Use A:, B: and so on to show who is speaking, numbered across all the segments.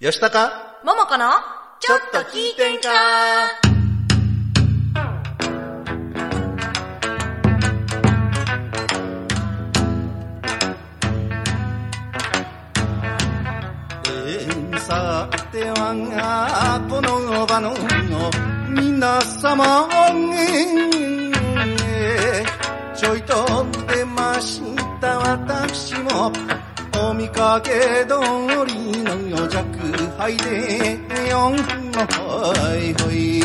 A: よしたか
B: ももこのちょっと聞いてんか
A: えー、さては、この場の皆様、えーちょいと出ました私も、お見かけ通りの弱敗で、よんほいほい。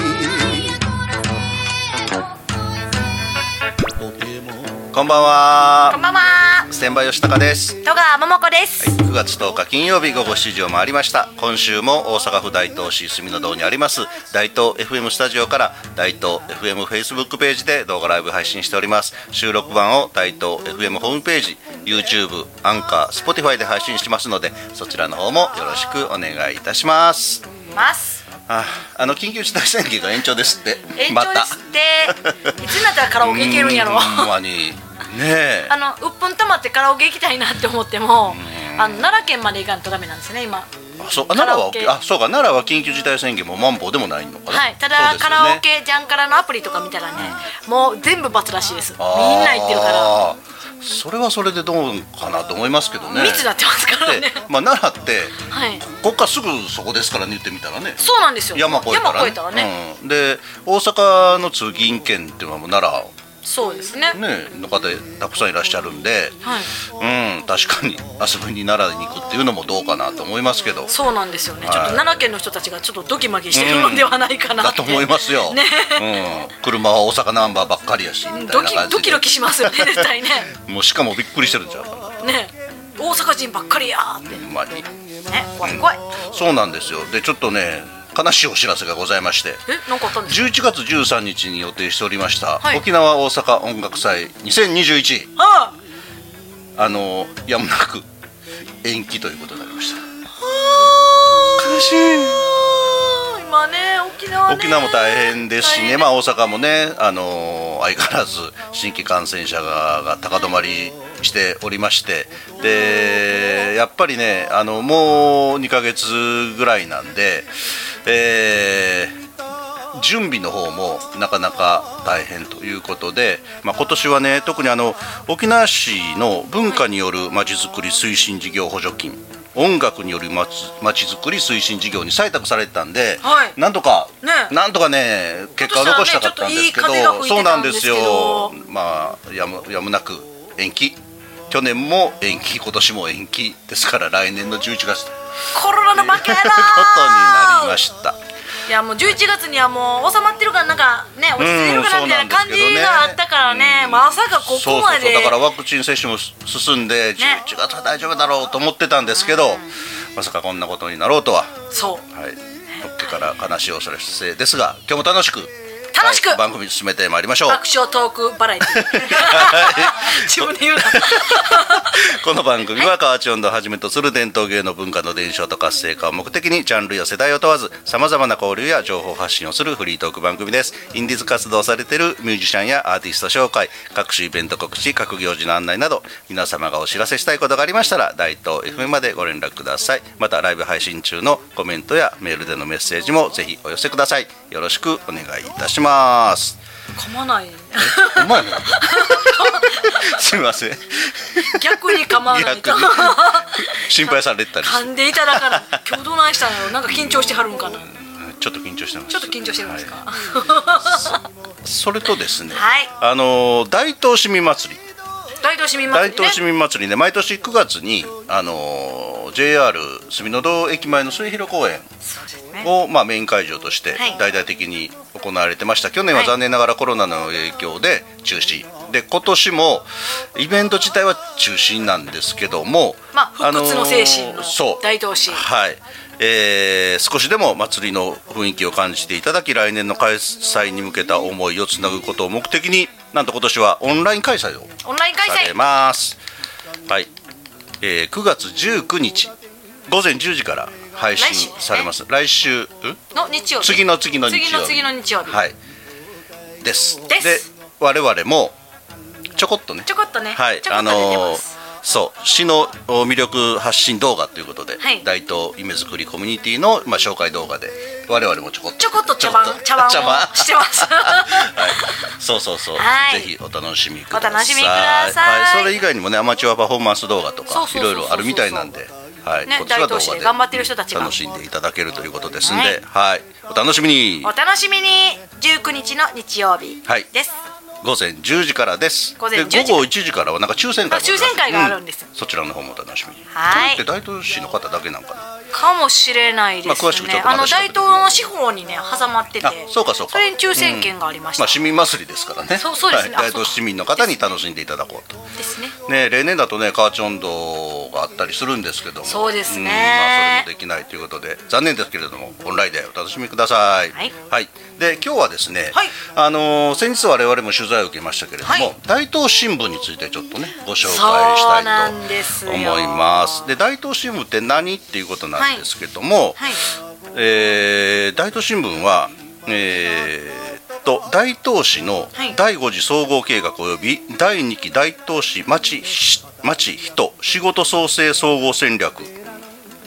A: こんばん
B: こん
A: は。
B: ばんは
A: ステンバイ吉高です。
B: 戸川ももこです、
A: はい、9月10日金曜日午後7時を回りました今週も大阪府大東市住の堂にあります大東 FM スタジオから大東 FM フェイスブックページで動画ライブ配信しております収録版を大東 FM ホームページ YouTube アンカー Spotify で配信してますのでそちらの方もよろしくお願いいたします
B: ます
A: ああの緊急事態宣言が延長ですって
B: 延
A: ま
B: 長で
A: た
B: すって、いつになったらカラオケ行けるんやろ
A: うほんまにねえ
B: あのうっぷん溜まってカラオケ行きたいなって思ってもあの奈良県まで行かんとダメなんですね今
A: あそうあ奈良は、
B: カ
A: OK、
B: ラオケ
A: あそうか奈良は緊急事態宣言もマンボウでもないのかな
B: はいた
A: そう
B: だ、
A: です
B: カ
A: よね
B: ラオケジャンカラのアプリとか見たらねもう全部罰らしいですみん
A: あー
B: な行ってるから
A: それはそれでどうかなと思いますけどね
B: 密になってますから
A: で
B: ね
A: まあ奈良って
B: はい
A: こっからすぐそこですからね言ってみたらね
B: そうなんですよ
A: 山越えた
B: 山
A: らね
B: 越えたらね
A: うん、で大阪の通勤圏っていうのはもう奈
B: そうですね
A: 良、ね、の方たくさんいらっしゃるんで、
B: はい
A: うん確かに遊びに奈良に行くっていうのもどうかなと思いますけど
B: そうなんですよね、
A: はい
B: ちょっと奈良県の人たちがちょっとドキマキしてるのではないかな
A: だ
B: って、
A: と思いますよ、
B: ね、
A: うん、車は大阪ナンバーばっかりやしみたい
B: ド
A: な
B: キ
A: 感じで
B: ドキドキしますよね絶対ね
A: もうしかもびっくりしてるんちゃうかな
B: ね大阪人ばっかりやーって
A: ほんまに
B: ね怖い怖い
A: そうなんですよでちょっとね悲しいお知らせがございまして
B: えなんかあったんですか
A: 11月13日に予定しておりました、
B: はい
A: 沖縄大阪音楽祭2021
B: あ
A: あのやむなく延期ということになりました悲し
B: あ今ね沖縄ね
A: 沖縄も大変ですし
B: 大
A: ね、
B: 変
A: まあ、大阪もね、あの相変わらず新規感染者がが高止まりしておりましてでやっぱりねあのもう2ヶ月ぐらいなんで、えー準備の方もなかなか大変ということで、まあ、今年はね特にあの沖縄市の文化によるまちづくり推進事業補助金音楽によるまちまちづくり推進事業に採択されてたんで、
B: はい
A: なんとか、
B: ね
A: なんとかね結果を残したかったんですけど
B: 今年はねちょっといい風が吹い
A: そう
B: て
A: な
B: た
A: ん
B: ん
A: で
B: ですす
A: よ
B: けど
A: まあやむやむなく延期去年も延期今年も延期ですから来年の11月という
B: コロナの負け
A: こと
B: や
A: に
B: な
A: なりました
B: いやもう11月にはもう収まってるからなんかね落ち着いてるかなみたいな感じがあったからね、
A: うん
B: まさかこ
A: そ
B: こ
A: うそ
B: ま
A: うそ
B: で
A: うだからワクチン接種も進んで
B: ね
A: 11月は大丈夫だろうと思ってたんですけど、まさかこんなことになろうとは
B: そう
A: はいのっけから悲しいお知らせですが今日も楽しく
B: 楽しく
A: はい番組進めてまいりましょう
B: 爆笑トークバラエティ自分で言うな
A: この番組は河内音頭をはじめとする伝統芸能文化の伝承と活性化を目的にジャンルや世代を問わずさまざまな交流や情報発信をするフリートーク番組ですインディーズ活動をされているミュージシャンやアーティスト紹介各種イベント告知各行事の案内など皆様がお知らせしたいことがありましたら大東 FM までご連絡くださいまたライブ配信中のコメントやメールでのメッセージもぜひお寄せくださいよろしくお願いいたします
B: 噛まない
A: うまいね すみません
B: 逆に噛まないか
A: 逆に心配されてたりして
B: 噛んでいただかない今日どないしたんやろなんか緊張してはるんかな
A: ちょっと緊張してます。
B: ちょっと緊張してるんですか、
A: はいそれとですね、
B: はい
A: あのー大東市民祭り、
B: 大東市民祭
A: 大
B: りね
A: 東市民祭りね、毎年9月にあのー JR 住の堂駅前の末広公園
B: そうですね
A: をまあメイン会場として
B: はい
A: 大々的に行われてました。去年は
B: はい
A: 残念ながらコロナの影響で中止。で今年もイベント自体は中止なんですけども、
B: まあ不屈の精神
A: あ
B: の
A: ーそう
B: 大東市、
A: はい、えー少しでも祭りの雰囲気を感じていただき来年の開催に向けた思いをつなぐことを目的になんと今年はオンライン開催を
B: オンライン開
A: され
B: 催
A: ます、はいえー9月19日午前10時から配
B: 来週です
A: 信
B: ね
A: されます来週,、ん
B: の日曜日
A: 次の次の日曜日
B: 次の次の日曜日、
A: はいです
B: です
A: 我々もちょこっとね
B: ちょこっとね
A: はい
B: ちょこ
A: あ
B: っ
A: の
B: と出てま
A: ー
B: す、
A: そう市のお魅力発信動画ということで、
B: はい
A: 大東夢作りコミュニティの、まあ、紹介動画で我々もちょこっと
B: ちょこっと茶番
A: ちょっと
B: 茶番を
A: 茶番
B: してます
A: はい、そうそうそう、
B: はい
A: ぜひお楽しみください
B: お楽しみください
A: はい、それ以外にもねアマチュアパフォーマンス動画と
B: そ
A: か
B: うそ
A: いう
B: そうそ
A: ろ
B: う
A: いろあるみたいなんで、はい
B: ね
A: こっちは動
B: 大東市
A: 画
B: で
A: で
B: 頑張ってる人たちが
A: 楽しんでいただけるということですんで、
B: は
A: はいいお楽しみに
B: お楽しみに19日の日曜日
A: はい
B: です、
A: 午前10時からです
B: 午前10時
A: で午後1時からはなんか抽選会もあるらしい
B: あ抽選会があるんです
A: うそちらの方もお楽しみに
B: はい
A: これって大東市の方だけなんかな
B: かもしれないですね、
A: まあ詳しくちょっと
B: あの
A: また調
B: 大
A: べて
B: 東の司法にね挟まってて
A: あそうかそうか
B: それに抽選券がありました、
A: まあ市民祭りですからね
B: そうそうですね
A: はい
B: あ
A: 大
B: そう
A: 東市民の方に楽しんでいただこうと
B: ですね
A: ね、例年だとね河内温度があったりするんですけども
B: そうですね
A: んまあ、それもできないということで残念ですけれどもオンラインでお楽しみください、
B: はい
A: で今日はですね、
B: はい
A: あのー先日我々も取材を受けましたけれども、
B: はい
A: 大東新聞についてちょっとねご紹介
B: そう
A: し
B: な
A: た
B: んです
A: い
B: よ
A: と思いますで大東新聞って何っていうことなんですけども、
B: はい
A: えー大東新聞はえーっと大東市の
B: はい
A: 第5次総合計画及び第2期大東市町し町人仕事創生総合戦略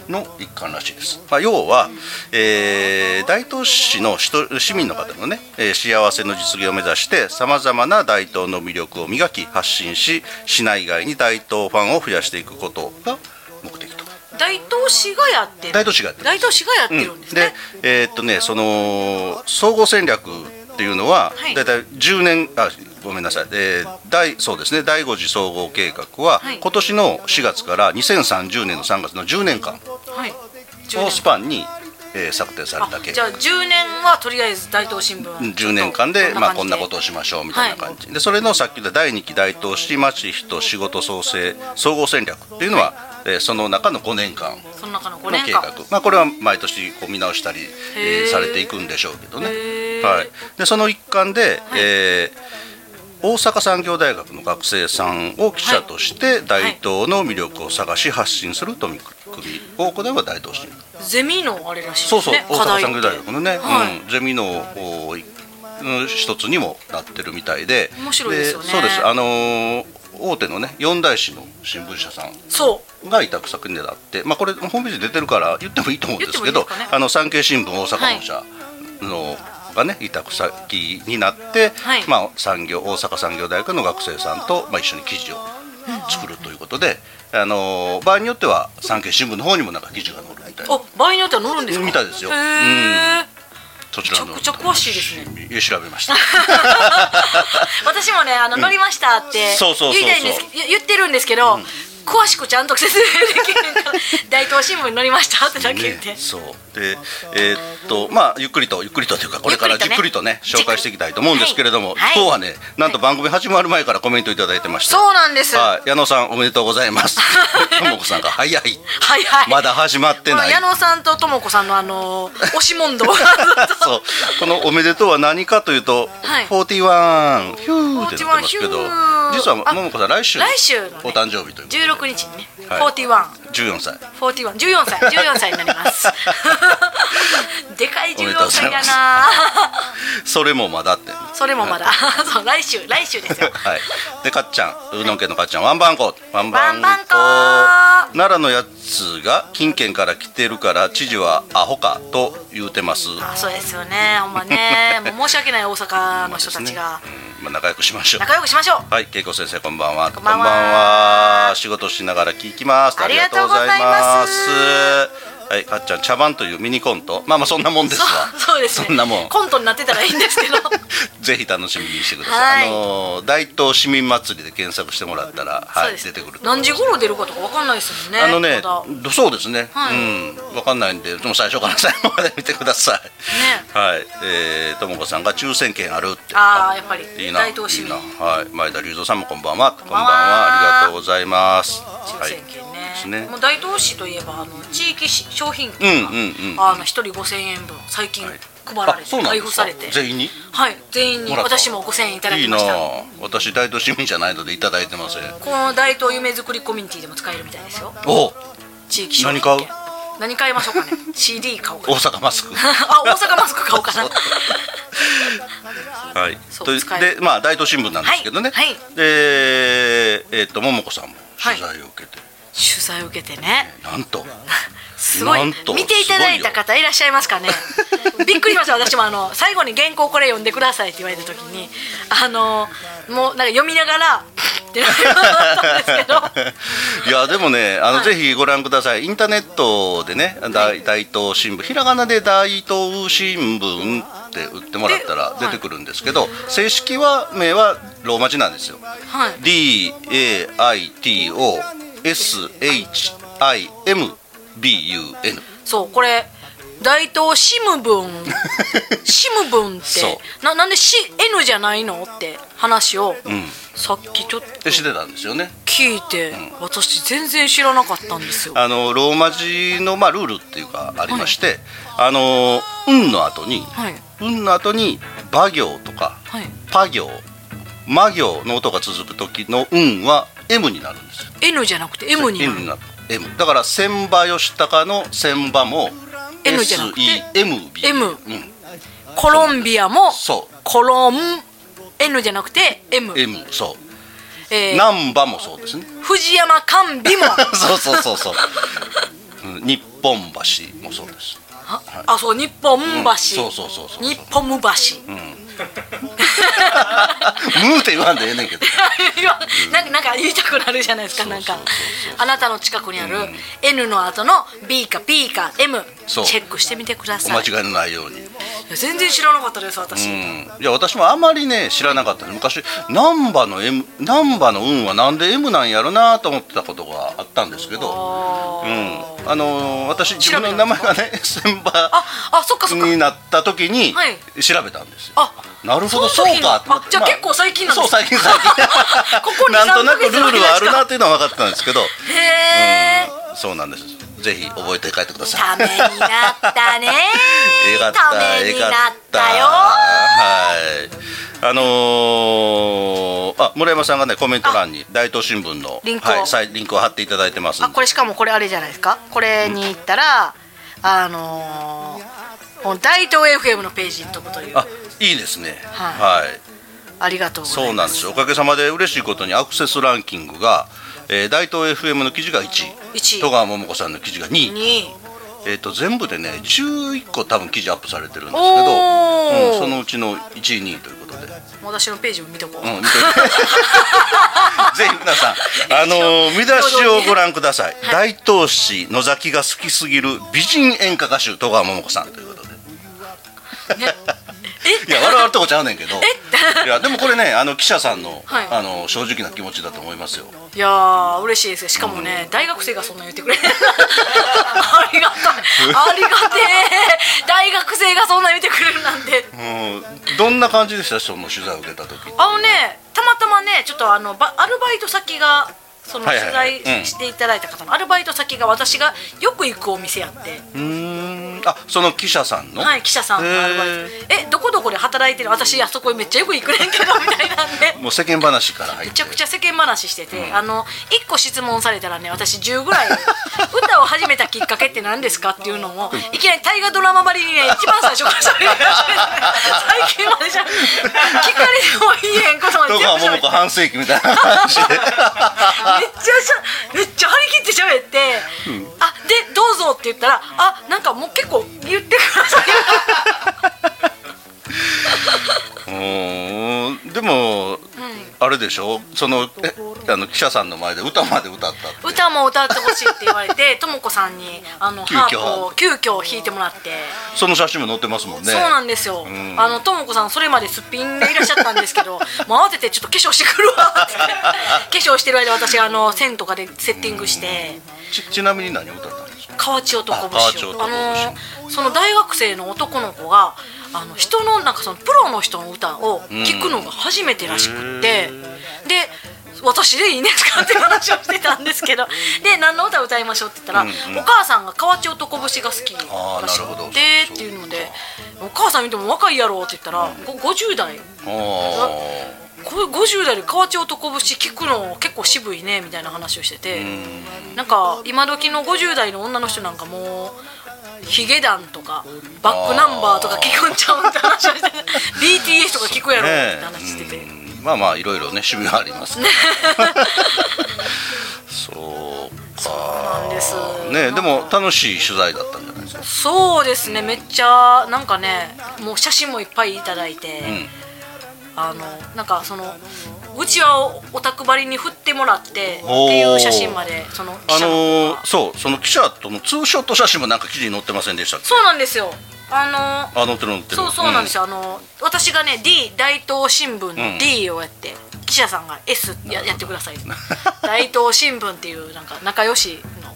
A: の一環らしいです、まあ、要は、えー大東市の人市民の方のね、えー幸せの実現を目指してさまざまな大東の魅力を磨き発信し市内外に大東ファンを増やしていくことが目的と
B: 大東市がやってる
A: 大東市がやってる
B: 大東市がやってるんですね、
A: でえーっとねその総合戦略っていうのは、
B: はい
A: だいたい10年あごめんなさい、えー第そうですね第5次総合計画は、
B: はい
A: 今年の4月から2030年の3月の10年間
B: はい
A: をスパンに、えー策定された計
B: じゃ
A: 画
B: あ10年はとりあえず大東新聞
A: 10年間でまあ、こんなこととをしましょうみたいな感じ、でそれのさっき言った第2期大東市町人仕事創生総合戦略っていうのは、えーその中の5年間
B: その中の5
A: の
B: 年
A: 計
B: 間
A: 画、まあ、これは毎年こう見直したり、え
B: へー
A: ーされていくんでしょうけどね
B: へー、
A: はい、でその一環で、えー大阪産業大学の学生さんを記者として大東の魅力を探し発信する取り組みを行えば大東市
B: ゼミのあれらしい
A: そう
B: です
A: そう、
B: ね
A: 大
B: 課
A: 阪
B: 題
A: 産
B: っ
A: 業
B: て
A: 大学のね、
B: はい
A: うん、ゼミのおいうん一つにもなってるみたいで
B: 面白いですよね
A: そうですあのー大手のね四大紙の新聞社さん
B: そう
A: が委託先になって、まあ、これホームページで出てるから言ってもいいと思うんです
B: 言っ
A: けど
B: てもいいですかね
A: あの産経新聞大阪本社の、がね、委託先になって、
B: はい
A: まあ、産業大阪産業大学の学生さんと、まあ、一緒に記事を作るということで、あのー場合によっては産経新聞の方にもなんか記事が載るみたいな
B: あ場合によっては乗るんですか
A: みたいですよ
B: へー
A: そちらの
B: めちゃくちゃ詳しいです
A: ね調べました
B: 私もねあの乗りましたって
A: そうそうそうそう
B: 言いたいんです言言ってるんですけど詳しくちゃんと説明できるから大東 新聞に乗りましたってだけ言って
A: ね、そうでえーっとまあゆっくりとゆっくりとというかこれか
B: ゆ
A: ら
B: っく
A: じ
B: り
A: っ
B: とね
A: くりとね紹介していきたいと思うんですけれども、
B: はい
A: 今日はねなんと番組始まる前からコメントいただいてまして、
B: そうなんですは
A: はい矢野さんおめでとうござ いますともこさんが早い
B: いはい
A: まだ始まって
B: この
A: ない
B: 矢野さんとともこさんのあの押し問 答
A: そうこの「おめでとう」は何かというと「
B: はい
A: 41」ヒューってなってますけど
B: 41ヒュー
A: 実は
B: あ
A: ももこさん来週
B: 来週のね
A: お誕生日ということで
B: 16日にね
A: はい
B: 41
A: 14歳
B: 41 14歳14歳になります でかい
A: おめでと
B: 14
A: うござ
B: 歳
A: い
B: だ
A: ます
B: な
A: それもまだって
B: それもまだそう来週来週ですよ
A: はい、でかっちゃんうどん家のかっちゃんワンバンコワン
B: バンバンコ
A: 奈良のやつが近県から来てるから知事はアホかと言うてます、
B: あそうですよねほんまねもう申し訳ない大阪の人たちが
A: まあ、仲良くしましょう
B: 仲良くしましょう
A: はい恵子先生こんばんはこ
B: んばんは
A: 仕事しながら聞きますありがとうござい
B: ありがとうございま
A: ますすはいかっちゃん茶番というミニコントまあまあそんなもんですわ
B: そうですね
A: そんなもん
B: コントになってたらいいんです けど
A: ぜひ楽しみにしてください、
B: はい
A: あのー大東市民祭りで検索してもらったら、
B: そう
A: はい、
B: です
A: 出てくると思います
B: 何時頃出るかとかわかんないですもんね
A: あのね
B: まだ、
A: どそうですね。
B: はい
A: うん、わかんないんで、でも最初から最後まで見てください。はい、えー、ともこさんが抽選券あるって。
B: ああやっぱり
A: いいな、
B: 大
A: い
B: 東市
A: い
B: 民
A: な。はい、前田隆三さんもこんばんは。こんばん
B: んは
A: は、ありがとうございます。
B: 抽
A: は
B: 選券ね,、
A: ですね
B: もう大東市といえばあの地域し商品
A: うん
B: 券
A: う
B: が、
A: んうん。
B: あの一人5000円分最近
A: はい
B: 配られ
A: あ
B: て、
A: そうなん
B: 配
A: で
B: 布
A: す
B: さ
A: か
B: れて
A: 全員に。
B: はい全員に
A: もらった
B: 私も5000円いただ
A: い
B: き
A: いな
B: ま
A: あ
B: した。
A: 私大東市民じゃないのでいただいてません。
B: この大東夢作りコミュニティでも使えるみたいですよ
A: おう、
B: 地域商品券
A: 何買う
B: 何買いましょうかね CD 買おうか
A: 大
B: な
A: 阪マスク。
B: あ大阪マスク買おうかな
A: そう はい、
B: そう
A: とい
B: 使える
A: でまあ大東新聞なんですけどね、
B: はいはい
A: でえっ、と桃子さんも取材を受けて、
B: 取材を受けてね
A: なんと
B: すごい
A: なんと
B: 見ていただいた方いらっしゃいますかねびっくりしました私もあの最後に原稿これ読んでくださいって言われた時にあのもうなんか読みながらってなったんですけど
A: いやでもねあの、
B: はい
A: ぜひご覧くださいインターネットでね大大東新聞ひらがなで大東新聞って打ってもらったら
B: で
A: 出てくるんですけど、正式は名はローマ字なんですよ
B: はい
A: DAITOSHIMBUN
B: そうこれ大東シムブ ンシムブンっ
A: そ
B: てななんでし N じゃないのって話を、さっきちょっと
A: で知ってたんですよね
B: 聞いて、私全然知らなかったんですよ。
A: あのローマ字の、まあ、ルールっていうかありまして「あの運」の後に「
B: はい
A: 運」の後に「馬行」とか
B: はい
A: 「パ行」「魔行」の音が続く時の「運」は「M」になるんですよ。
B: N じゃなくて M になる
A: M る M だから千葉義高の千葉も
B: N じゃなくて
A: SEMB
B: M
A: うん、
B: コロンビアも
A: そう
B: コロン N じゃなくて M,
A: M そ
B: え
A: う
B: ー
A: 難波もそうですね
B: 藤山甘美も
A: そうそうそうそううん日本橋もそうです
B: ああそう日本橋、
A: そうそうそうそう
B: 日本橋、
A: ムーって言わんでええねんけど
B: なんかなんか言いたくなるじゃないですかなんかあなたの近くにある N の後の B か P か M チ
A: そう
B: ェックしてみてくだ
A: お
B: さい
A: 間違いのないように、
B: いや全然知らなかったです私、
A: うん、いや私もあまりね知らなかったね昔難波の M 難波の運はなんで M なんやろなと思ってたことがあったんですけど、うん、あのー私自分の名前がね 千葉
B: ああそっかそっか
A: になった時に
B: はい
A: 調べたんですよ。
B: あ
A: なるほど
B: そ
A: そ
B: の
A: う
B: 時の
A: かと思って
B: あじゃあ
A: ま
B: 結構最近なんで
A: そう
B: すね
A: 最近最近
B: ここに
A: なんとなくルールはある
B: な
A: なというのは分かったんですけど
B: へえ
A: そうなんですぜひ覚えて帰ってくださ
B: た
A: い
B: めになった ね
A: ええかった
B: め
A: ええ
B: に
A: か
B: な
A: っ
B: ったよ
A: はいあのー、あ村山さんがねコメント欄に大東新聞の
B: リンクを
A: はいサイリンクを貼っていただいてます
B: あ
A: んで
B: これしかもこれあれじゃないですかこれに行ったらあのー、この大東 FM のページに飛ぶという
A: あいいですね
B: は
A: はい
B: ありがとうございます
A: そうなんですよおかげさまで嬉しいことにアクセスランキングが、えー大東 FM の記事が1位
B: 1位
A: 戸川桃子さんの記事が2位、
B: に
A: えー、と全部でね11個多分記事アップされてるんですけ
B: お
A: ど、
B: ー
A: うんそのうちの1位2位ということで、う
B: 私のページを見とこう、
A: ん、見て ぜひ皆さん、あのー見出しをご覧ください、大東市野崎が好きすぎる美人演歌歌手戸川桃子さんということで。
B: ね、
A: いや笑われとこちゃうねんけど いやでもこれねあの記者さんの,、
B: はい
A: あの正直な気持ちだと思いますよ。
B: いやー嬉しいですよしかもね、大学生がそんな言ってくれる ありがたいありがてえ大学生がそんな言ってくれるなんて
A: うんどんな感じでしたその取材を受けた時
B: あのねたまたまねちょっとあのバアルバイト先がその
A: はい
B: 取
A: はいはい
B: 材
A: うん
B: していただいた方のアルバイト先が私がよく行くお店やって、
A: うーんあその記者さんの、
B: はい記者さんのアルバイトえどこどこで働いてる私あそこめっちゃよく行くねんけどみたいなん で
A: もう世間話から入っ
B: め
A: て
B: ちゃくちゃ世間話してて、あの1個質問されたらね私10ぐらい歌を始めたきっかけって何ですかっていうのをいきなり大河ドラマばりにね一番最初から喋り始めて最近までじゃん聞かれても言えへんことまで
A: 戸
B: 全
A: 川
B: 部喋っ
A: 桃
B: て
A: 子半世紀みたいな話
B: め
A: で
B: っちゃしゃめっちゃ張り切って喋って「あでどうぞ」って言ったら「あなんかもう結構言ってください」
A: うーんでも、あれでしょそのえあの記者さんの前で歌まで歌ったって
B: 歌も歌ってほしいって言われ てともこさんにあの
A: 急遽
B: ハープを急遽弾いてもらって、
A: その写真も載ってますもんね
B: そうなんですよ、あのともこさんそれまですっぴんでいらっしゃったんですけ どもう慌ててちょっと化粧してくるわって化粧してる間私あの線とかでセッティングして。
A: ちちなみに何歌ったんですか
B: 河内男
A: あ河内
B: 節を
A: 男
B: あ
A: 節
B: のーその大学生の男の子があの人のなんかそのプロの人の歌を聞くのが初めてらしくって、で私でいいねすかって話をしてたんです けどで何の歌歌いましょうって言ったら、お母さんが河内男節が好き
A: あー
B: らし
A: なるほど
B: くてっていうのでお母さん見ても若いやろって言ったら、ご50代
A: あ
B: これ50代で河内男節聞くの結構渋いねみたいな話をしててなんか今時の50代の女の人なんかもうヒゲダンとかバックナンバーとか聞くんちゃうんって話をして BTS とか聞くやろって話してて、
A: うんまあまあいろいろね趣味はありま すからそうか
B: なんです
A: ねでも楽しい取材だったんじゃないですか
B: そうですねめっちゃなんかねもう写真もいっぱいいただいて、
A: ん
B: あのなんかそのうちわをオタクばりに振ってもらってっていう写真までその記
A: あ
B: 者の
A: の
B: 方が
A: ーそうその記者とのツーショット写真もなんか記事に載ってませんでしたっけ
B: そうなんですよあの
A: あ載ってる載ってる
B: そうそうなんですよ、あの私がね D 大東新聞
A: うん
B: の D をやって、記者さんが S ややってくだ さい大東新聞っていうなんか仲良しの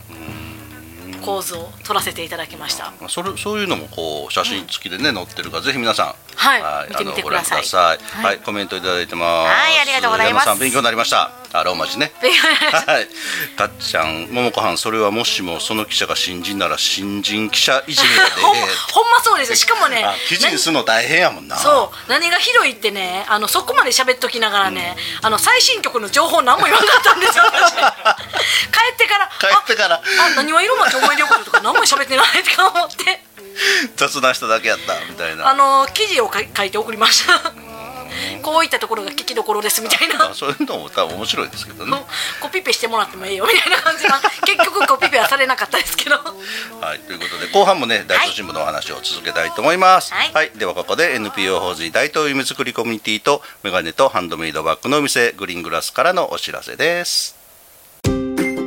B: 構図を撮らせていただきま した
A: まあそれそういうのもこう写真付きでね、載ってるからぜひ皆さん、
B: はい見てみて
A: あの
B: ください
A: ご覧ください。
B: は
A: はいい、コメントいただいてます。
B: はいありがとうございます
A: 山さん勉強になりました。あローマ 字ね。
B: 勉強になりま
A: はい。かっちゃん、ももこはん、それはもしもその記者が新人なら新人記者いじめが
B: ほんまほんまそうですよしかも
A: 出
B: ね
A: て、あ記事にするの大変やもんな。
B: そう何がひどいってねあのそこまで喋っときながらね、あの最新曲の情報何も言わなかったんですよ 私帰ってから
A: 帰ってから
B: ああ何は色まで思い出こととか何も喋ってないとか思って
A: 雑談しただけやったみたいな。
B: あの記事をか書いて送りましたこういったところが聞きどころですみたい
A: まあ
B: な
A: そういうのも多分面白いですけどね。
B: コピペしてもらってもいいよみたいな感じが結局コピペはされなかったですけど
A: はい、ということで後半もね大東新聞のお話を続けたいと思います、
B: は
A: はいいではここで NPO 法人大東夢作りコミュニティとメガネとハンドメイドバッグのお店グリーングラスからのお知らせです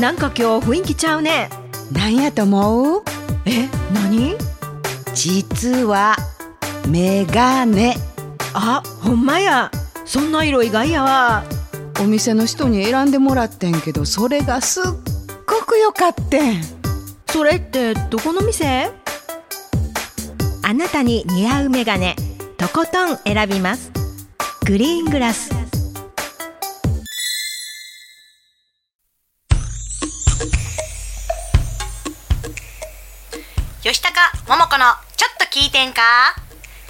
C: なんか今日雰囲気ちゃうねなんやと思うえ、何実はメガネあ、ほんまやそんな色意外やわお店の人に選んでもらってんけどそれがすっごく良かってんそれってどこの店
D: あなたに似合うメガネとことん選びますグリーングラス
E: 吉高桃子のちょっと聞いてんか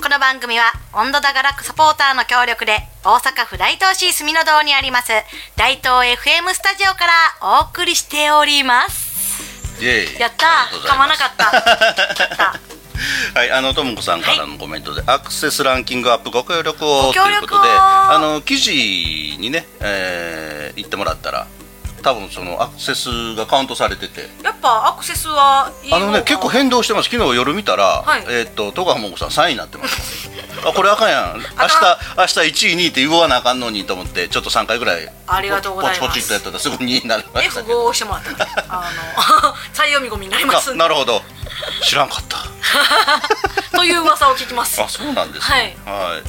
E: この番組は温度だがらくサポーターの協力で大阪府大東市住の堂にあります大東 FM スタジオからお送りしております
A: イエーイ
B: やった
A: ありがとうござ
B: 噛ま
A: いま
B: な
A: す
B: かったやった
A: はい、あのともこさんからのコメントで、アクセスランキングアップご協力
B: ご
A: をと
B: 協力
A: いう
B: を
A: ことで、あの記事にね、えー言ってもらったら、多分そのアクセスがカウントされてて、
B: やっぱアクセスはいい
A: あのね結構変動してます。昨日夜見たら、
B: はい
A: えーっと戸川桃子さん3位になってます。あこれあかんやん。明日明日1位2位って言わなあかんのにと思って、ちょっと3回ぐらい
B: ありがとうございます
A: ポチポチっとやったらすぐ2位になりましたけ
B: F5 を
A: ど。
B: 押してもらったからあの 再読み込みになります
A: あなるほど。知らんかった。
B: という噂を聞きます
A: あそうなんですね。はい。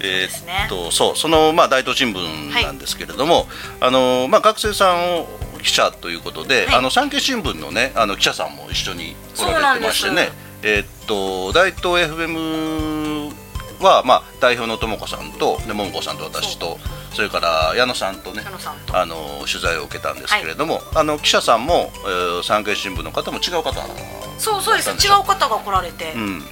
A: えー
B: すね
A: っとそうそのまあ大東新聞なんですけれども、あのまあ学生さんを記者ということで、
B: はい
A: あの産経新聞のねあの記者さんも一緒に来
B: そうな
A: ら
B: ん
A: れ
B: で
A: て
B: す
A: ましてね。えーっと大東 FM はまあ代表のともこさんとでもんこさんと私とそれから矢野さんとね
B: 矢野さんと
A: あの取材を受けたんですけれども、あの記者さんも、えー産経新聞の方も違う方なのかな
B: そうそうです違う方が来られて、
A: うん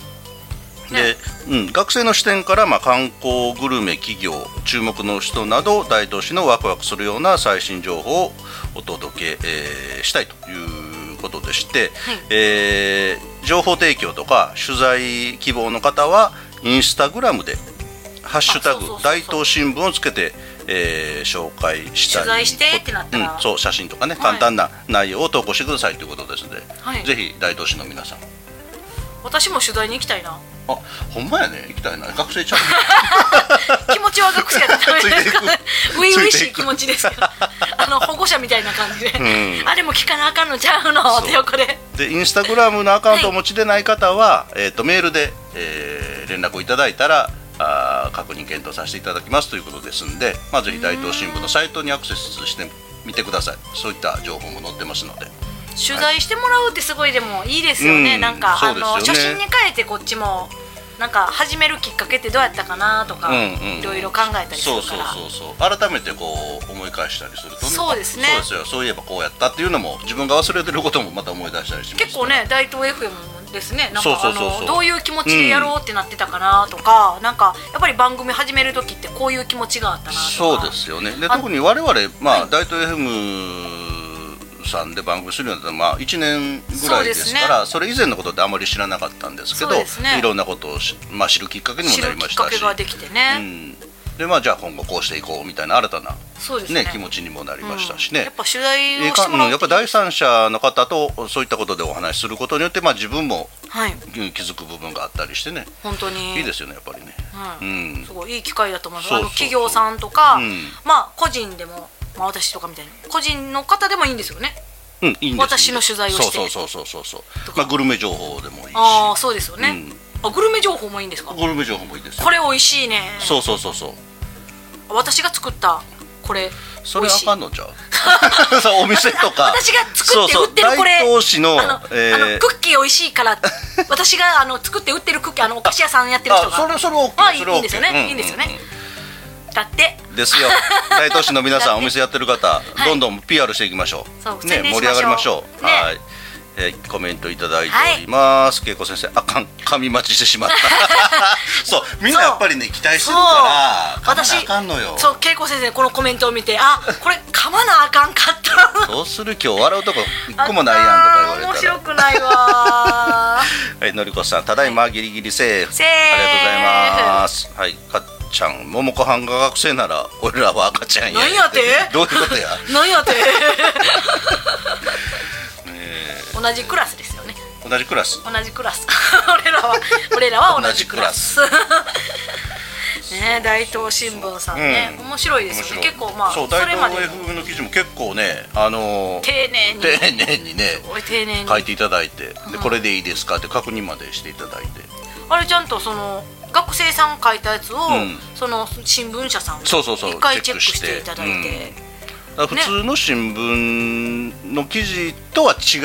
A: でうん、学生の視点から、まあ、観光グルメ企業注目の人など大東市のワクワクするような最新情報をお届け、えーしたいということでして、えー情報提供とか取材希望の方はインスタグラムで「ハッシュタ
B: あそうそうそうそ
A: グ
B: う
A: 大東新聞」をつけて、えー紹介した
B: 取
A: り
B: 材してってなったら
A: うん、そう写真とかね、
B: はい
A: 簡単な内容を投稿してくださいということですので、
B: はい
A: ぜひ大東市の皆さん
B: 私も取材に行きたいな
A: あ、ほんまやね、行きたいな、学生ちゃう。
B: 気持ちは学生やったらダメですかね
A: ついて いく
B: 初々し
A: ついて
B: い
A: いく
B: 気持ちですけど あの保護者みたいな感じで、
A: ん
B: あれも聞かなあかんのちゃうの
A: そう
B: 手横で
A: で、インスタグラムのアカウントをお持ちでない方は、えっ、と、メールで、えー連絡をいただいたら。あー確認検討させていただきますということですんで、まあ、ぜひ大東新聞のサイトにアクセスしてみてくださいそういった情報も載ってますので
B: 取材してもらうってすごいでもいいですよね、
A: うん
B: なんか、
A: そう
B: あ
A: です
B: の
A: よね
B: 初心に帰ってこっちもなんか始めるきっかけってどうやったかなとか、
A: うんうん
B: いろいろ考えたりす
A: そ
B: る
A: うそ
B: か
A: う
B: ら
A: そうそう改めてこう思い返したりすると
B: そうですね
A: そうですよそういえばこうやったっていうのも自分が忘れてることもまた思い出したりします
B: 結構ね大東 FM ですねなん
A: そう
B: か
A: そ
B: あ
A: うそうそう
B: のどういう気持ちでやろうってなってたかなとか、なんかやっぱり番組始める時ってこういう気持ちがあったなとか
A: そうですよねで
B: あ
A: 特に我々、まあ、大東 FM さんで番組するようになったのは、まあ、1年ぐらいですからそ,、れ以前のことってあまり知らなかったんですけど
B: そうですね
A: いろんなことをし、まあ、知るきっかけにも
B: 知
A: な
B: る
A: り
B: き
A: ま
B: っ
A: し
B: か
A: た
B: け
A: し。
B: ができてね、
A: うんでまあ、じゃあ今後こうしていこうみたいな新たな、
B: そうですね
A: ね気持ちにもなりましたしね、
B: やっぱ取材
A: え
B: を
A: ー
B: し
A: か
B: ても
A: う
B: ら
A: んやっぱ第三者の方とそういったことでお話しすることによって、まあ、自分も
B: はい
A: うん気づく部分があったりしてね、
B: 本当に
A: いいですよねやっぱりね。
B: う
A: うんん
B: すごいいい機会だと思います
A: そう
B: あの
A: そうそう
B: 企業さんとか、
A: うん
B: まあ個人でも、まあ、私とかみたいな個人の方でもいいんですよね
A: うん、いいんです
B: 私の取材をして
A: そうそうそうそうそう
B: とか
A: まあグルメ情報でもいいし
B: ああそうですよね、あグルメ情報もいいんですか
A: グルメ情報もいいですよ
B: これ美味しいね
A: そうそうそうそう
B: 私が作ったこれ
A: そ
B: 美
A: れ
B: 味
A: あ
B: しい
A: かんのちゃう そうお店とか
B: 私が作って売ってるこれ
A: そうそう大東市の
B: あの,、
A: えー
B: あのクッキー美味しい から私があの作って売ってるクッキーあのお菓子屋さんやってる人が
A: あそれそれ OK
B: まあいい
A: それ OK
B: いいんですよね、
A: うんうんうん
B: いいんですよねだって
A: です よ大東市の皆さ
B: だっ
A: ん
B: て
A: お店やってる方、
B: い
A: どんどん PR していきましょう
B: そう宣
A: ね
B: 伝しましょう
A: 盛り上がりましょう、
B: ね
A: はい、えーコメントいただいております、恵子先生あかん紙待ちしてしまった そうみんなやっぱりね期待して
B: そ
A: る
B: う
A: から噛まな
B: 私
A: あかんのよ
B: そう恵子先生のこのコメントを見てあこれ噛まなあかんか った
A: どうする今日笑うとこ一個もないやんとか言
B: あ
A: われたら
B: かん面白くないわ
A: はいのりこさんただいまギリギリセーフ
B: セーフ
A: ありがとうございますはいかっちゃんももこはんが学生なら俺らは赤ちゃんや
B: 何やて
A: どういうことや
B: ー 何や って同じクラスですよね
A: 同じクラス
B: 同じクラス 俺ら は俺らは同じクラス ね大東新聞さんね、
A: うん
B: 面白いですよね
A: 面白い
B: 結構まあ
A: そう
B: そ
A: 大
B: れまで
A: 東 FM の記事も結構ねあのー
B: 丁寧に
A: 丁寧にね
B: おい丁寧に
A: 書いていただいてでこれでいいですかって確認までしていただいて
B: あれちゃんとその学生さんが書いたやつを、
A: ん
B: その新聞社さんが
A: そうそうそう
B: 一回チェックし
A: チェッ
B: てい
A: クして
B: ただいて
A: だから普通の新聞の記事とは違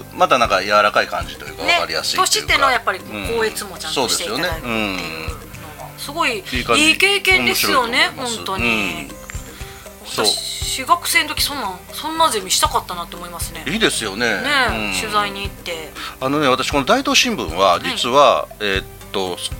A: う、まだなんか柔らかい感じというか分かりやすいというか、
B: 年ってのはやっぱり
A: うん
B: 校閲もちゃんとしていただいてっていう
A: そう
B: のはすごい
A: ですよねうん、
B: いい経験ですよね
A: 面白い
B: 本
A: と
B: 当
A: 思います
B: に、
A: そう
B: 私学生の時そんなんそんなゼミしたかったなって思いますね
A: うん
B: ね
A: いいですよね
B: え
A: うん
B: 取材に行って
A: あのね私この大東新聞は実は、えーっと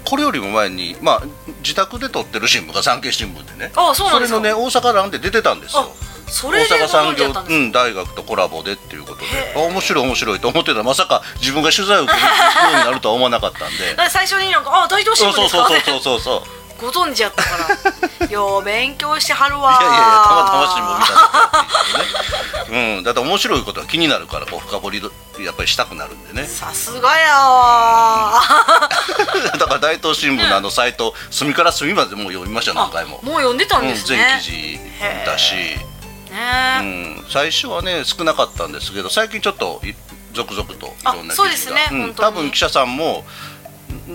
A: これよりも前にまあ自宅で撮ってる新聞が産経新聞でね
B: あそうなん
A: そ
B: で
A: れ
B: すか
A: のね大阪欄で出てたんですよ
B: あそ
A: 大
B: れで
A: 阪
B: ご存
A: 産
B: 知だ
A: 業、
B: ったん
A: う
B: です
A: ん、大学とコラボでっていうことであ面白い面白いと思ってたらまさか自分が取材を受けるようになるとは思わなかったんで
B: だから最初になんか「あ大東
A: そ
B: 新
A: う
B: 聞
A: そ
B: で
A: う
B: すか?」
A: そうそうそうそう
B: ご存知やった からよう勉強してはるわ
A: いやいやいやたまたま新聞見ただけっていうね、うん、だって面白いことは気になるからこう深掘りどやっぱりしたくなるんでね
B: さすがやわ
A: だから大東新聞のあのサイト、隅から隅までもう読みましたよ 何回も
B: あもう読んでたん
A: うん、
B: ですね、
A: 全記事だし、う
B: ね
A: ん、最初はね少なかったんですけど最近ちょっとい続々といろんな記事が
B: あそうですね
A: うん、
B: 本当
A: 多
B: に
A: 分記者さんも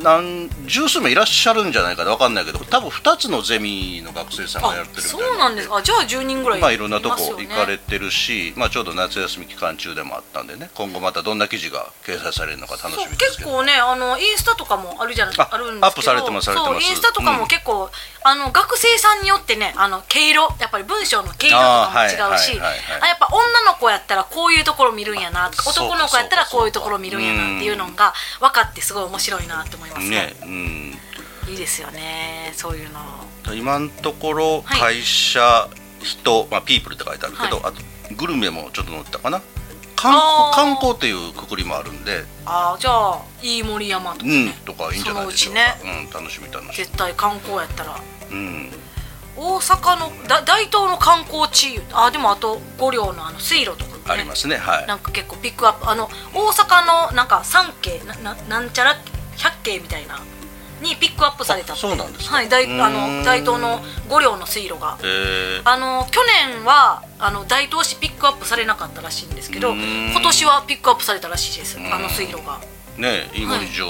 A: 何十数名いらっしゃるんじゃないかな分かんないけど多分2つのゼミの学生さんがやってるみたいな
B: そうなんですかあじゃあ10人ぐらい
A: まあ、いろんなと
B: いますよ
A: こ
B: ね
A: 行かれてるし、まあ、ちょうど夏休み期間中でもあったんでね今後またどんな記事が掲載されるのか楽し
B: そう
A: みです
B: 結
A: けど
B: 構ねあのインスタとかもあるじゃない
A: あ
B: あるんですけど
A: アップされてますされてます
B: そうインスタとか
A: う
B: も
A: ん
B: 結構、あの学生さんによってねあの毛色やっぱり文章の毛色とかも違うし
A: あーはいはいはいはい
B: あやっぱ女の子やったらこういうところ見るんやなとか
A: あそうか
B: 男の子やったら
A: そうか
B: こういうところ見るんやなっていうのが分かってすごい面白いなって思います
A: ね
B: ね、
A: うん、
B: いいですよねそういうの
A: 今のところ
B: はい
A: 会社、人、まあ、ピープルって書いてあるけど、あとグルメもちょっと載ったかな観
B: あー
A: 光観光っていうくくりもあるんで、
B: あーじゃあいい森山とか
A: う
B: ね、
A: ん、とかいいんじゃないでしょうか、
B: そう
A: ん、楽しみ楽し
B: 絶対観光やったら
A: み、うん、
B: 大阪のだ大東の観光地あでもあと五稜のあの水路とか、ね、
A: ありますねはい
B: なんか結構ピックアップあの大阪のなんか三景なななんちゃら百景みたいなにピックアップされた
A: あそうなんですか
B: はい大
A: うーん
B: あの大東の五稜の水路が
A: えー
B: あの去年はあの大東市ピックアップされなかったらしいんですけど
A: うーん
B: 今年はピックアップされたらしいです
A: ん
B: あの水路が
A: ねえ、飯森城、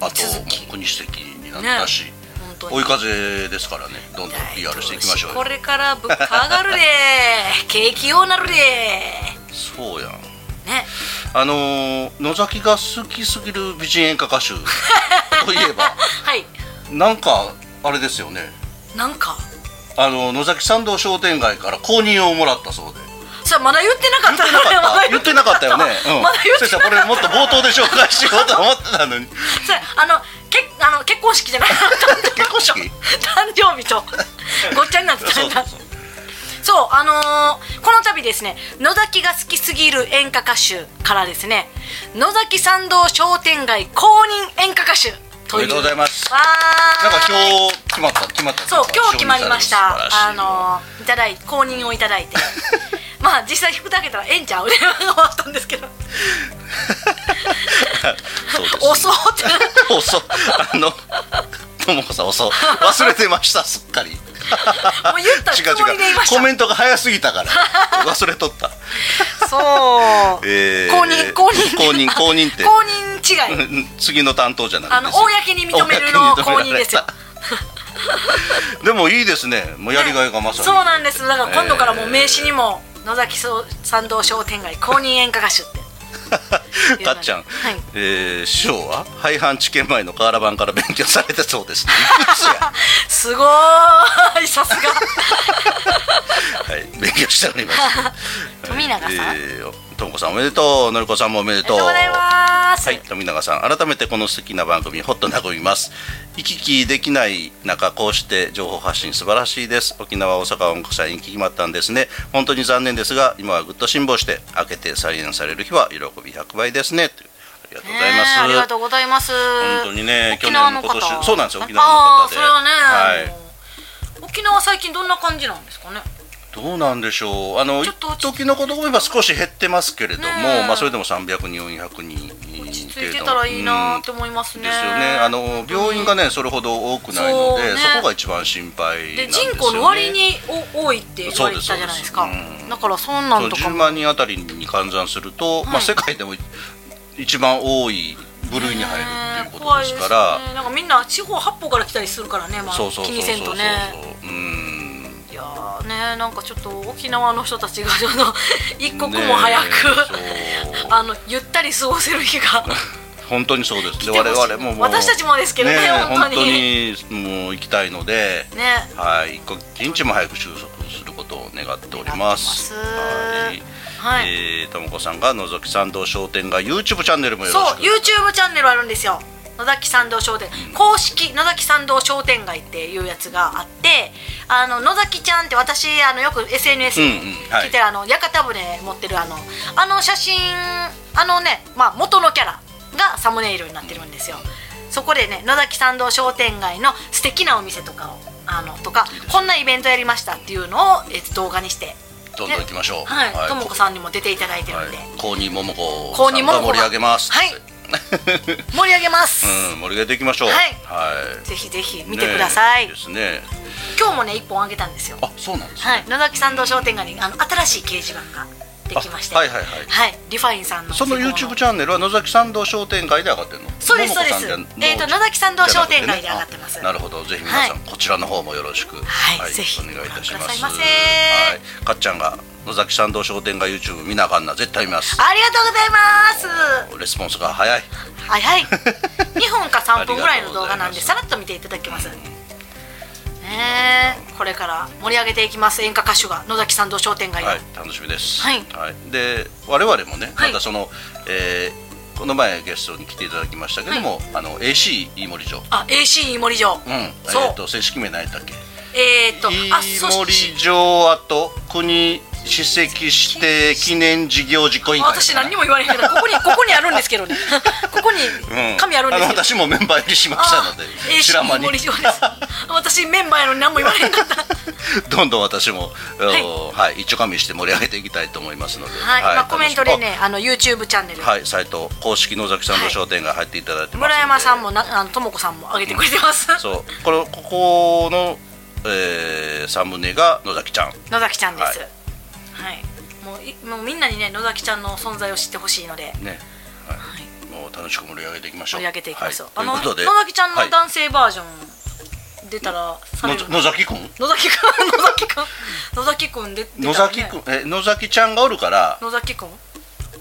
A: あと
B: 続き
A: 国史的になったし、
B: ね本当に
A: 追い風ですからねどんどん PR していきましょう
B: こ
A: よ
B: れから物価上がるで景気ようなるで
A: そうやん
B: ね
A: あのー野崎が好きすぎる美人演歌歌 手といえば
B: はい
A: なんかあれですよね
B: なんか
A: あの野崎参道商店街から公認をもらったそうで
B: さあまだ言ってなかったよねま だ
A: 言ってなかったよね、うん、
B: まだ言って
A: 先生これもっと冒頭で紹介しようと思ってたのに
B: そうあのけあの結婚式じゃない
A: 結婚式
B: 誕生日とごっちゃになってた
A: そ
B: ん
A: うそ
B: だ
A: うそう
B: そうあのーこの度ですね野崎が好きすぎる演歌歌手からですね野崎参道商店街公認演歌歌手
A: お
B: と
A: め
B: い
A: で
B: う
A: とうございます
B: わー
A: なんか今日決まった決まった
B: そう今日決まりました
A: 承認さ
B: あ
A: れる素晴らしい
B: のーいただい公認をいただい てまあ実際引くだけたらええんちゃう 電話が終わったんですけど
A: そうです
B: 遅っって
A: 遅っあのともこさん遅っ忘れてましたすっかりもう
B: う言ったつもりでいました
A: コメントが早すぎ たから忘れとった、
B: そう、
A: えー
B: 公認公認
A: 公 認公認って
B: 公認違い
A: うん次の担当じゃなくて
B: あの公に認めるの公認ですよ。
A: でもいいですねもうやりがいがまさに、
B: そうなんですだから今度からもう名刺にも野崎参道商店街公認演歌歌手って
A: かっちゃん、
B: はい
A: えー師匠は廃藩置県前の瓦版から勉強されてそ うです、ね、いくつや、は
B: すごーいさすが
A: い、勉強しております
B: 富永さん、あり
A: えーともこさんおめでとうのりこさんもおめで
B: が
A: と
B: と
A: う
B: うございます、
A: はい、富永さん改めてこの素敵な番組ほっと和みます行き来できない中こうして情報発信素晴らしいです沖縄大阪音楽祭に決まったんですね本当に残念ですが今はぐっと辛抱して開けて再演される日は喜び100倍ですねというありがとうございま
E: ね
A: す、
E: えありがとうございます。
A: 本当にね去
E: 沖
A: 年
E: 縄
A: も
E: の
A: 今
E: 方
A: 年そうなんですよ沖
B: あ
A: 縄
B: あ
A: の方
B: ー
A: で
B: それはね、
A: はい
B: 沖縄最近どんな感じなんですかね
A: どうなんでしょうあの
B: ちょ
A: 一
B: っと落ち着
A: 時のことも今少し減ってますけれども、
B: ねえ
A: まあそれでも300人400人
B: 落ち着いてたらいいなーって思います
A: うん
B: ね、
A: ですよねあの病院がねそれほど多くないので
B: そう
A: そ,、
B: ね
A: こが一番心配なん
B: で
A: ですよ、ね、
B: 人口の割にお多いって言
A: そ
B: わ
A: う
B: れ
A: で
B: て
A: す
B: たじゃないですか
A: そうですうん
E: だからそんなんとか
A: 10
E: も。
A: 万人あたりに換算すると、まあ、世界でも一番多い部類に入るっていうことですか
B: ねえ怖
A: ら、
B: いですね、なんかみんな四方八方から来たりするからね、まあ、
A: そうそう
B: 気
A: そう
B: にせ
A: そうんそう
B: と
A: そう
B: ね
A: うん
B: いやーねなんかちょっと沖縄の人た ちがちょっと一刻も早く、
A: ね えそう
B: あのゆったり過ごせる日 が
A: 本当にそうです
B: 来
A: ね
B: てほしい
A: 我々ももう
B: 私たちもですけどね
A: え
B: 本
A: 本
B: 当
A: 当
B: に
A: にもう行きたいので、
B: ね
A: はい一刻一日も早く収束することを願っております
E: 願って
B: ますはい
A: えーともこさんがのぞき参道商店街 YouTube チャンネルもよろ
B: そう
A: しく
B: YouTube チャンネルあるんですよ野崎参道商店公式野崎参道商店街っていうやつがあってあの野崎ちゃんって私あのよく SNS に
A: うんうんはい
B: 来てるあの屋形船持ってるあのあの写真あのね、まあ、元のキャラがサムネイルになってるんですよそこでね野崎参道商店街の素敵なお店とかをあのとかこんなイベントやりましたっていうのを、えっと、動画にして
A: どんどん行きましょう
B: はいともこさんにも出ていただいて
A: は
B: る
A: い
B: んで、
A: 高認桃子
B: 高
A: さ
B: 認
A: ん
B: 桃子
A: が
B: が
A: 盛り上げます
B: はい盛り上げます、
A: うん盛り上げていきましょう
B: はい
A: は
B: ぜひぜひ
A: い
B: 見てください、
A: ねえですね
B: 今日もね一本あげたんですよ
A: あそうなんですね
B: はい野崎参道商店街にあの新しい掲示板ができまして
A: あはいはいはい
B: リファインさんの
A: その YouTube チャンネルは野崎参道商店街で上がってるの
B: そうです
A: 桃子さん
B: そうです
A: じゃ
B: えーと野崎参道商店街で上がってます
A: あなるほどぜひ皆さんこちらの方もよろしく
B: はいぜひ
A: お願いいたします
B: ご覧くださいませ
A: はいかっちゃんが野崎参道商店街 YouTube 見なあかんな絶対見ます
B: ありがとうございます
A: レスポンスが早い
B: はいはい2分か3分ぐらいの動画なんで
A: ありがとうございます
B: さらっと見ていただけますねえこれから盛り上げていきます演歌歌手が野崎参道商店街を
A: はい、楽しみです。
B: はい
A: で、我々もね、
B: はい
A: またその、えーこの前ゲストに来ていただきましたけども、あの AC 飯森城、うん、
B: あ AC 飯森城
A: えっ、
B: そう
A: と正式名何やったっけ？
B: えっとあ
A: 飯
B: そ
A: 森
B: し
A: 城跡国史跡指定記念事業実行委員会。
B: 私何にも言われへんけどここにここにあるんですけ どねここに
A: うん
B: 紙あるんです
A: の
B: けど
A: 私もメンバー入りしましたので
B: あー
A: 知らん間に
B: えー森城です私メンバーやのに何も言われ へんかった
A: どんどん私も、
B: い
A: おーはい、一応加味して盛り上げていきたいと思いますので、
B: はい、今コメントでね
A: 楽し
B: あの YouTube チャンネル、
A: みはいサイト公式野崎さんの商店街入っていただいてますので、
B: 村山さんもなあのともこさんも上げてくれてます、
A: そうこれここの、えーサムネが野崎ちゃん
B: 野崎ちゃんです
A: は
B: はい、もういもうみんなにね野崎ちゃんの存在を知ってほしいので
A: ね、はいもう楽しく盛り上げていきましょう
B: 盛り上げていきましょう、
A: はい、という
B: あ
A: こ
B: の
A: とで
B: 野崎ちゃん
A: は
B: の
A: い
B: 男性バージョン出たらされる、
A: の野崎くん
B: 野崎くん野崎くん野崎くんで出た
A: 野
B: らね
A: 崎くんえ野崎ちゃんがおるから
B: 野崎くん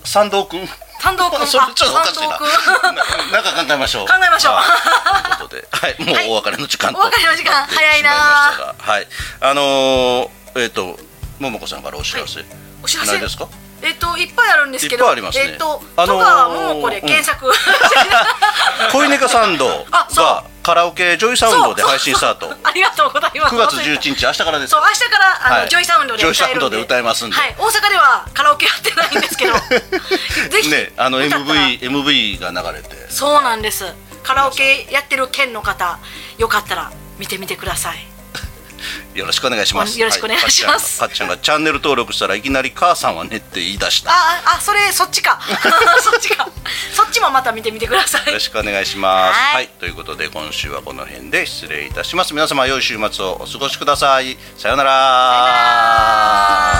A: 三道くん
B: 三道くん
A: それちょっとおかしいな
B: あ三道くん
A: ななんか考えましょう
B: 考えましょう
A: はいということで、はい、 もうお別れの時間と
B: お別れの時間
A: なってしまましたがはいあのー、えっ、と桃子さんからお知らせ、
B: お知ら
A: な
B: せ
A: いですか
B: えっといっぱいあるんですけど
A: いっぱいありますね
B: えっと
A: あのー
B: 戸川桃子で検索、
A: 恋ネカサンド
B: あそう
A: がカラオケジョイサウンドで配信 スタート
B: ありがとうございます
A: 9月11日明日からです
B: そう明日からあの、
A: はい
B: ジョイサウンドで歌えるんで
A: ジョイサウンドで歌えますんで
B: はい、大阪ではカラオケやってないん ですけどぜひ、
A: ねあの
B: 歌ったら
A: MV, MV が流れて
B: そうなんですカラオケやってる県の方よかったら見てみてください
A: よろしくお願いします
B: よろしくお願いします
A: はかっちゃんがかっちゃんがチャンネル登録したらいきなり「母さんはね」って言い出したよ
B: あああそれそっちか そっちかそっちもまた見てみてください
A: ろしくお願いします
E: はい
A: はいということで今週はこの辺で失礼いたします皆様良い週末をお過ごしくださいさようなら